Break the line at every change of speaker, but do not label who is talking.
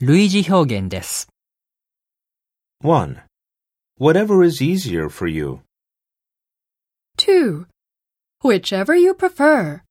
類似表現です。
1. Whatever is easier for you.
2. Whichever you prefer.